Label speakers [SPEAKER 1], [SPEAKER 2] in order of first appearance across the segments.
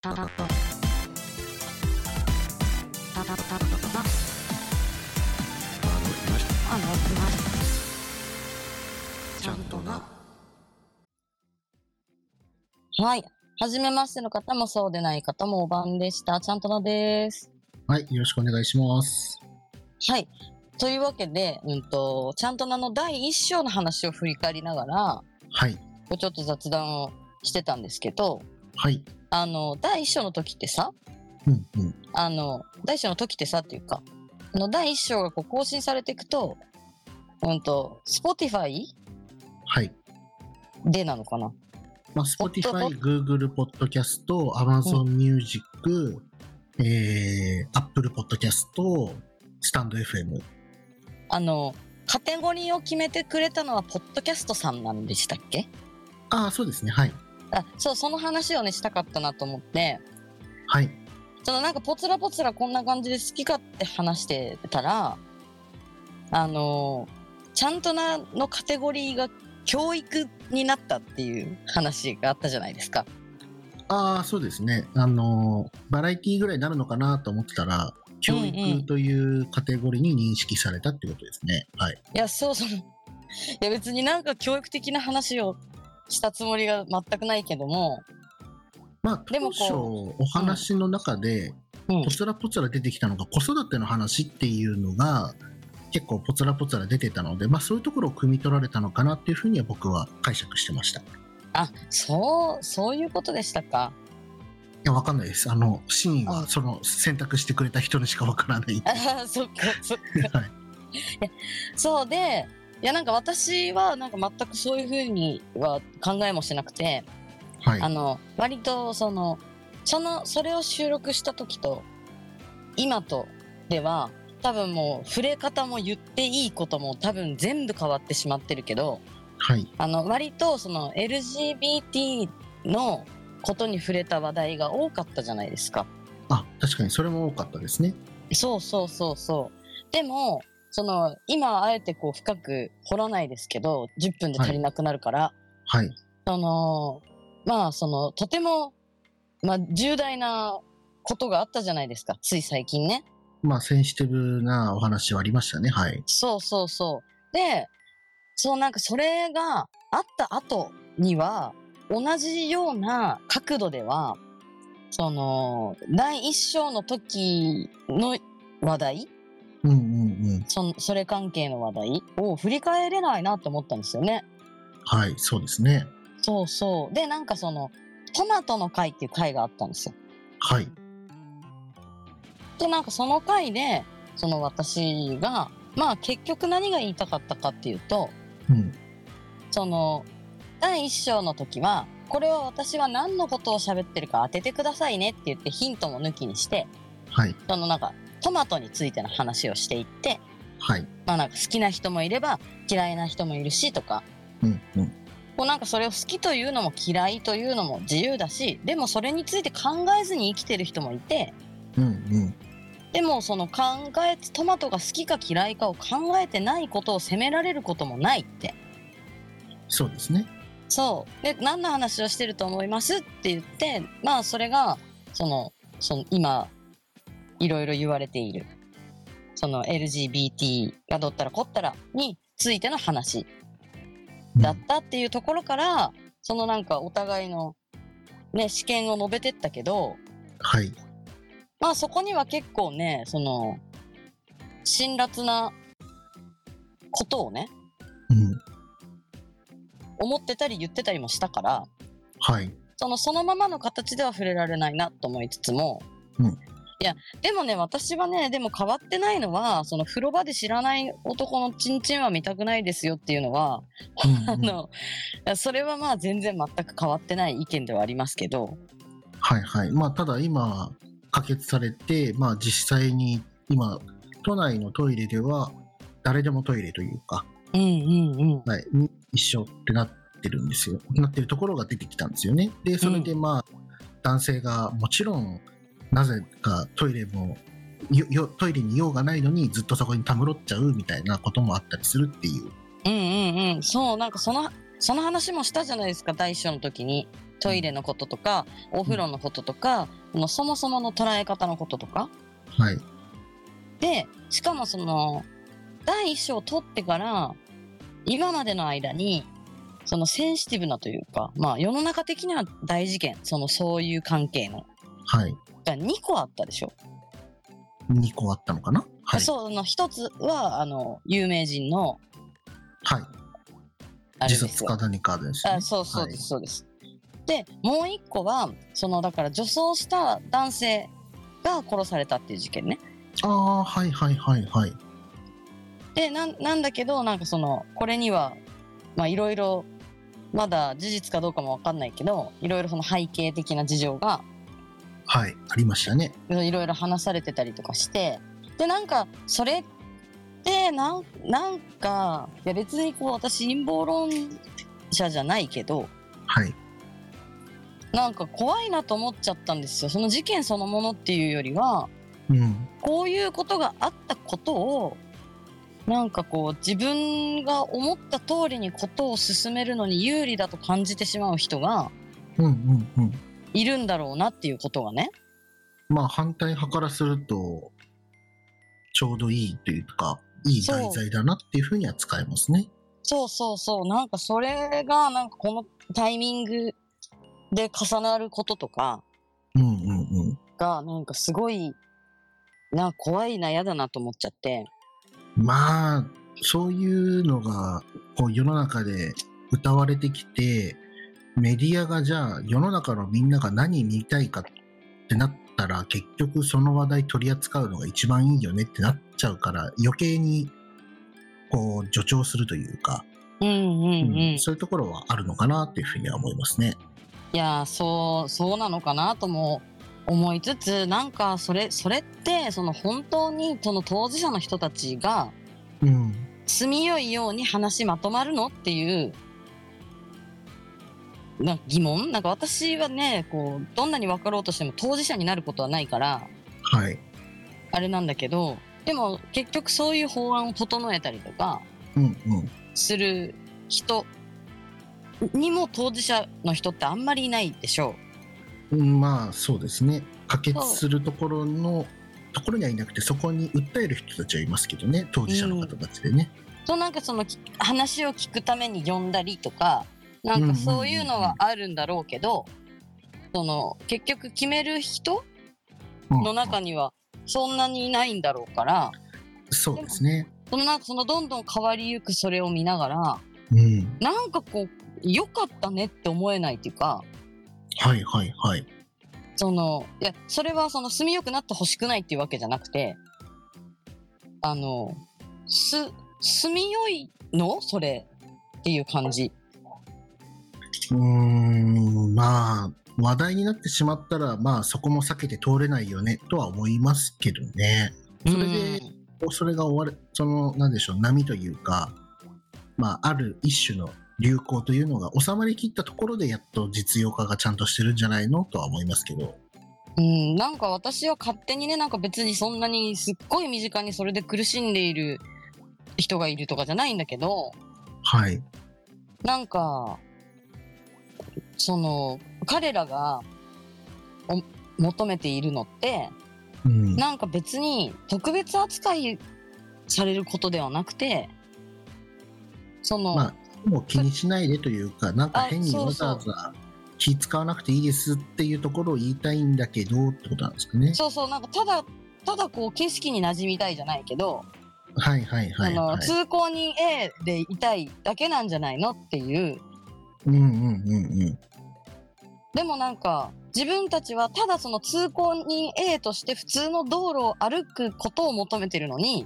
[SPEAKER 1] タタッとタタッタッとタ
[SPEAKER 2] あの来まし
[SPEAKER 1] あの来ました
[SPEAKER 2] たちゃんとな
[SPEAKER 1] はい。はじめましての方もそうでない方もお番でした。ちゃんとなです。
[SPEAKER 3] はい、よろしくお願いします。
[SPEAKER 1] はい。というわけで、うんと、ちゃんとなの第一章の話を振り返りながら、
[SPEAKER 3] はい、
[SPEAKER 1] こうちょっと雑談をしてたんですけど、
[SPEAKER 3] はい、
[SPEAKER 1] あの、第一章の時ってさ、
[SPEAKER 3] うん、うん、
[SPEAKER 1] あの、第一章の時ってさっていうか、あの、第一章がこう更新されていくと、うんと、Spotify
[SPEAKER 3] はい。
[SPEAKER 1] でなのかな
[SPEAKER 3] まあ、Spotify、Google Podcast、Amazon Music、えー、Apple Podcast、スタンド FM。
[SPEAKER 1] あの、カテゴリーを決めてくれたのは、ポッドキャストさんなんでしたっけ
[SPEAKER 3] ああ、そうですね、はい。
[SPEAKER 1] あ、そう、その話をね、したかったなと思って、
[SPEAKER 3] はい、
[SPEAKER 1] そのなんかポツラポツラこんな感じで好き勝手話してたら、あのーちゃんとなのカテゴリーが教育になったっていう話があったじゃないですか。
[SPEAKER 3] ああ、そうですね。あのーバラエティぐらいになるのかなと思ってたら、教
[SPEAKER 1] うんうん
[SPEAKER 3] 育というカテゴリーに認識されたってことですね。はい。
[SPEAKER 1] いや、そうそう。いや、別になんか教育的な話をしたつもりが全くないけども、
[SPEAKER 3] まあ、
[SPEAKER 1] でも
[SPEAKER 3] 当初、お話の中で、
[SPEAKER 1] うん
[SPEAKER 3] ポツラポツラ出てきたのが、子育ての話っていうのが、結構ポツラポツラ出てたので、まあ、そういうところを汲み取られたのかなっていうふうには僕は解釈してました。い
[SPEAKER 1] あ、そう、そういうことでしたか。
[SPEAKER 3] や、わかんないです。あの、真意
[SPEAKER 1] あ
[SPEAKER 3] は、その、選択してくれた人にしかわからない。
[SPEAKER 1] あーそっか、そっか。
[SPEAKER 3] はい。
[SPEAKER 1] そうで、いや、なんか私はなんか全くそういうふうには考えもしなくて、あ
[SPEAKER 3] はい。
[SPEAKER 1] の割とそのそのそれを収録した時と今とでは多分もう触れ方も言っていいことも多分全部変わってしまってるけど
[SPEAKER 3] はい。
[SPEAKER 1] あの割とその LGBT のことに触れた話題が多かったじゃないですか。
[SPEAKER 3] あ、確かに、それも多かったですね。
[SPEAKER 1] そうそうそうそう。でもその今あえてこう深く掘らないですけど10分で足りなくなるから、
[SPEAKER 3] はい。
[SPEAKER 1] そのまあそのとても、まあ、重大なことがあったじゃないですかつい最近ね
[SPEAKER 3] まあ、センシティブなお話はありましたね。はい。
[SPEAKER 1] そうそうそうでそうなんかそれがあった後には同じような角度ではその第一章の時の話題
[SPEAKER 3] うんうんうん。
[SPEAKER 1] そのそれ関係の話題を振り返れないなと思ったんですよね
[SPEAKER 3] はい。そうですね。
[SPEAKER 1] そうそうでなんかそのトマトの会っていう会があったんですよ
[SPEAKER 3] はい。
[SPEAKER 1] でなんかその回でその私がまあ結局何が言いたかったかっていうと
[SPEAKER 3] うん。
[SPEAKER 1] その第一章の時はこれは私は何のことを喋ってるか当ててくださいねって言ってヒントも抜きにして
[SPEAKER 3] はい。
[SPEAKER 1] そのなんかトマトについての話をしていって
[SPEAKER 3] はい。
[SPEAKER 1] まあなんか好きな人もいれば嫌いな人もいるしとか
[SPEAKER 3] うんうん。
[SPEAKER 1] こうなんかそれを好きというのも嫌いというのも自由だしでもそれについて考えずに生きてる人もいて
[SPEAKER 3] うんうん。
[SPEAKER 1] でもその考えトマトが好きか嫌いかを考えてないことを責められることもないって
[SPEAKER 3] そうですね。
[SPEAKER 1] そうで何の話をしてると思いますって言ってまあそれがそのその今いろいろ言われているその LGBT がどったらこったらについての話だったっていうところから、そのなんかお互いのね試験を述べてったけど
[SPEAKER 3] はい。
[SPEAKER 1] まあそこには結構ね、その、辛辣なことをね、
[SPEAKER 3] うん。
[SPEAKER 1] 思ってたり言ってたりもしたから、
[SPEAKER 3] はい。
[SPEAKER 1] そのそのままの形では触れられないなと思いつつも、
[SPEAKER 3] うん
[SPEAKER 1] いや、でもね、私はね、でも変わってないのは、その風呂場で知らない男のチンチンは見たくないですよっていうのは、
[SPEAKER 3] うん
[SPEAKER 1] あ
[SPEAKER 3] うん
[SPEAKER 1] の、いやそれはまあ全然全く変わってない意見ではありますけど、
[SPEAKER 3] はいはい。まあ、ただ今、可決されて、まあ、実際に今、都内のトイレでは、誰でもトイレというか、
[SPEAKER 1] うんうんうん。
[SPEAKER 3] はい、一緒ってなってるんですよ。なってるところが出てきたんですよね。で、それでまあ、男性がもちろん、なぜかトイレも、よよトイレに用がないのにずっとそこにたむろっちゃうみたいなこともあったりするっていう。
[SPEAKER 1] うんうんうん。そう、なんかその、その話もしたじゃないですか、第一章の時に。トイレのこととか、お風呂のこととか、もうそもそもの捉え方のこととか。
[SPEAKER 3] はい。
[SPEAKER 1] で、しかもその、第一章を取ってから、今までの間に、そのセンシティブなというか、まあ世の中的には大事件、そのそういう関係の。
[SPEAKER 3] はい。
[SPEAKER 1] が2個あったでしょ。
[SPEAKER 3] 2個あったのかなはい。
[SPEAKER 1] そう、あの一つは、あの、有名人の、
[SPEAKER 3] はい。
[SPEAKER 1] あれ
[SPEAKER 3] 自
[SPEAKER 1] です
[SPEAKER 3] 殺
[SPEAKER 1] よ。
[SPEAKER 3] か何かです、ね。
[SPEAKER 1] あそうそうで
[SPEAKER 3] はい
[SPEAKER 1] す、そうです。で、もう一個は、その、だから女装した男性が殺されたっていう事件ね。
[SPEAKER 3] ああ、はいはいはいはい。
[SPEAKER 1] で、なんなんだけど、なんかその、これには、まあいろいろ、まだ事実かどうかもわかんないけど、いろいろその背景的な事情が、
[SPEAKER 3] はい。ありましたね。
[SPEAKER 1] いろいろ話されてたりとかして、で、なんか、それって、なん、なんか、いや別にこう、私陰謀論者じゃないけど、
[SPEAKER 3] はい。
[SPEAKER 1] なんか怖いなと思っちゃったんですよ。その事件そのものっていうよりは、
[SPEAKER 3] うん。
[SPEAKER 1] こういうことがあったことを、なんかこう自分が思った通りにことを進めるのに有利だと感じてしまう人が
[SPEAKER 3] うんうんうん。
[SPEAKER 1] いるんだろうなっていうことがね。
[SPEAKER 3] まあ反対派からすると、ちょうどいいというか、いい題材だなっていうふうには使えますね。
[SPEAKER 1] そうそうそう。なんかそれがなんかこのタイミングで重なることとか
[SPEAKER 3] うんうんうん。
[SPEAKER 1] がなんかすごい、なんか怖いな、嫌だなと思っちゃって。
[SPEAKER 3] まあそういうのがこう世の中で歌われてきてメディアがじゃあ世の中のみんなが何見たいかってなったら結局その話題取り扱うのが一番いいよねってなっちゃうから余計にこう助長するというか、
[SPEAKER 1] うんうんうん。
[SPEAKER 3] うんそういうところはあるのかなっていうふうには思いますね。
[SPEAKER 1] いやーそうそうなのかなとも思いつつなんかそれそれってその本当にその当事者の人たちが
[SPEAKER 3] うん、
[SPEAKER 1] 住みよいように話まとまるのっていうなんか疑問なんか私はねこうどんなに分かろうとしても当事者になることはないから
[SPEAKER 3] はい、
[SPEAKER 1] あれなんだけどでも結局そういう法案を整えたりとか
[SPEAKER 3] うんうん、
[SPEAKER 1] する人にも当事者の人ってあんまりいないでしょう。
[SPEAKER 3] うんまあそうですね可決するところのところにはいなくてそこに訴える人たちはいますけどね当事者の方たちでね、
[SPEAKER 1] そうなんかそのき話を聞くために呼んだりとかなんかそういうのはあるんだろうけど、その結局決める人
[SPEAKER 3] うん
[SPEAKER 1] の中にはそんなにいないんだろうから
[SPEAKER 3] そうですね
[SPEAKER 1] そのなんかそのどんどん変わりゆくそれを見ながら
[SPEAKER 3] うん
[SPEAKER 1] なんかこう良かったねって思えないっていうか
[SPEAKER 3] はいはいはい
[SPEAKER 1] そのいやそれはその住みよくなってほしくないっていうわけじゃなくてあのす住みよいのそれっていう感じ。
[SPEAKER 3] うーんまあ話題になってしまったらまあそこも避けて通れないよねとは思いますけどねそれで
[SPEAKER 1] うん
[SPEAKER 3] それが終わるそのなんでしょう波というかまあある一種の流行というのが収まりきったところでやっと実用化がちゃんとしてるんじゃないのとは思いますけど
[SPEAKER 1] うん、なんか私は勝手にねなんか別にそんなにすっごい身近にそれで苦しんでいる人がいるとかじゃないんだけど
[SPEAKER 3] はい
[SPEAKER 1] なんかその彼らがお求めているのって
[SPEAKER 3] うん
[SPEAKER 1] なんか別に特別扱いされることではなくてその、
[SPEAKER 3] まあ、もう気にしないでというか、なんか
[SPEAKER 1] あ
[SPEAKER 3] 変にわざわ
[SPEAKER 1] そ
[SPEAKER 3] ざ気使わなくていいですっていうところを言いたいんだけどってことなんですかね。
[SPEAKER 1] そうそうなんかただただこう景色に馴染みたいじゃないけど、
[SPEAKER 3] はいはいはい、
[SPEAKER 1] あの
[SPEAKER 3] はい。
[SPEAKER 1] 通行人 A でいたいだけなんじゃないのっていう
[SPEAKER 3] うんうんうんうん。
[SPEAKER 1] でもなんか自分たちはただその通行人 A として普通の道路を歩くことを求めてるのに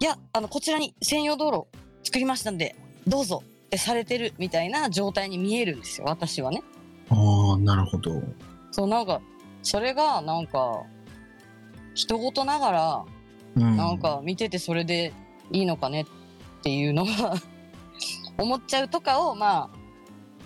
[SPEAKER 1] いやあのこちらに専用道路作りましたんでどうぞってされてるみたいな状態に見えるんですよ私はね。
[SPEAKER 3] ああ、なるほど。
[SPEAKER 1] そうなんかそれがなんか人事ながら
[SPEAKER 3] うん、
[SPEAKER 1] なんか見ててそれでいいのかねっていうのが 思っちゃうとかをま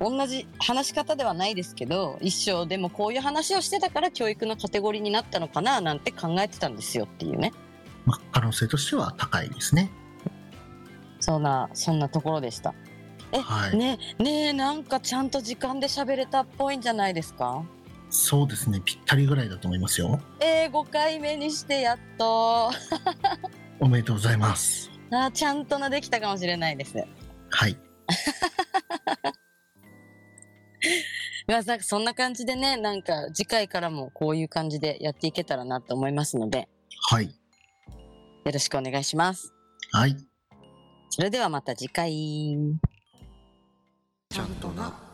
[SPEAKER 1] あ同じ話し方ではないですけど一生でもこういう話をしてたから教育のカテゴリーになったのかななんて考えてたんですよっていうね
[SPEAKER 3] まあ可能性としては高いですね。
[SPEAKER 1] そんなそんなところでした
[SPEAKER 3] はい、
[SPEAKER 1] ねねえなんかちゃんと時間で喋れたっぽいんじゃないですか
[SPEAKER 3] そうですねぴったりぐらいだと思いますよ
[SPEAKER 1] えー、5回目にしてやっと
[SPEAKER 3] おめでとうございます
[SPEAKER 1] あーちゃんとなできたかもしれないです
[SPEAKER 3] はい
[SPEAKER 1] まあなんかそんな感じでねなんか次回からもこういう感じでやっていけたらなと思いますので
[SPEAKER 3] はい
[SPEAKER 1] よろしくお願いします
[SPEAKER 3] はい
[SPEAKER 1] それではまた次回
[SPEAKER 2] ちゃんとな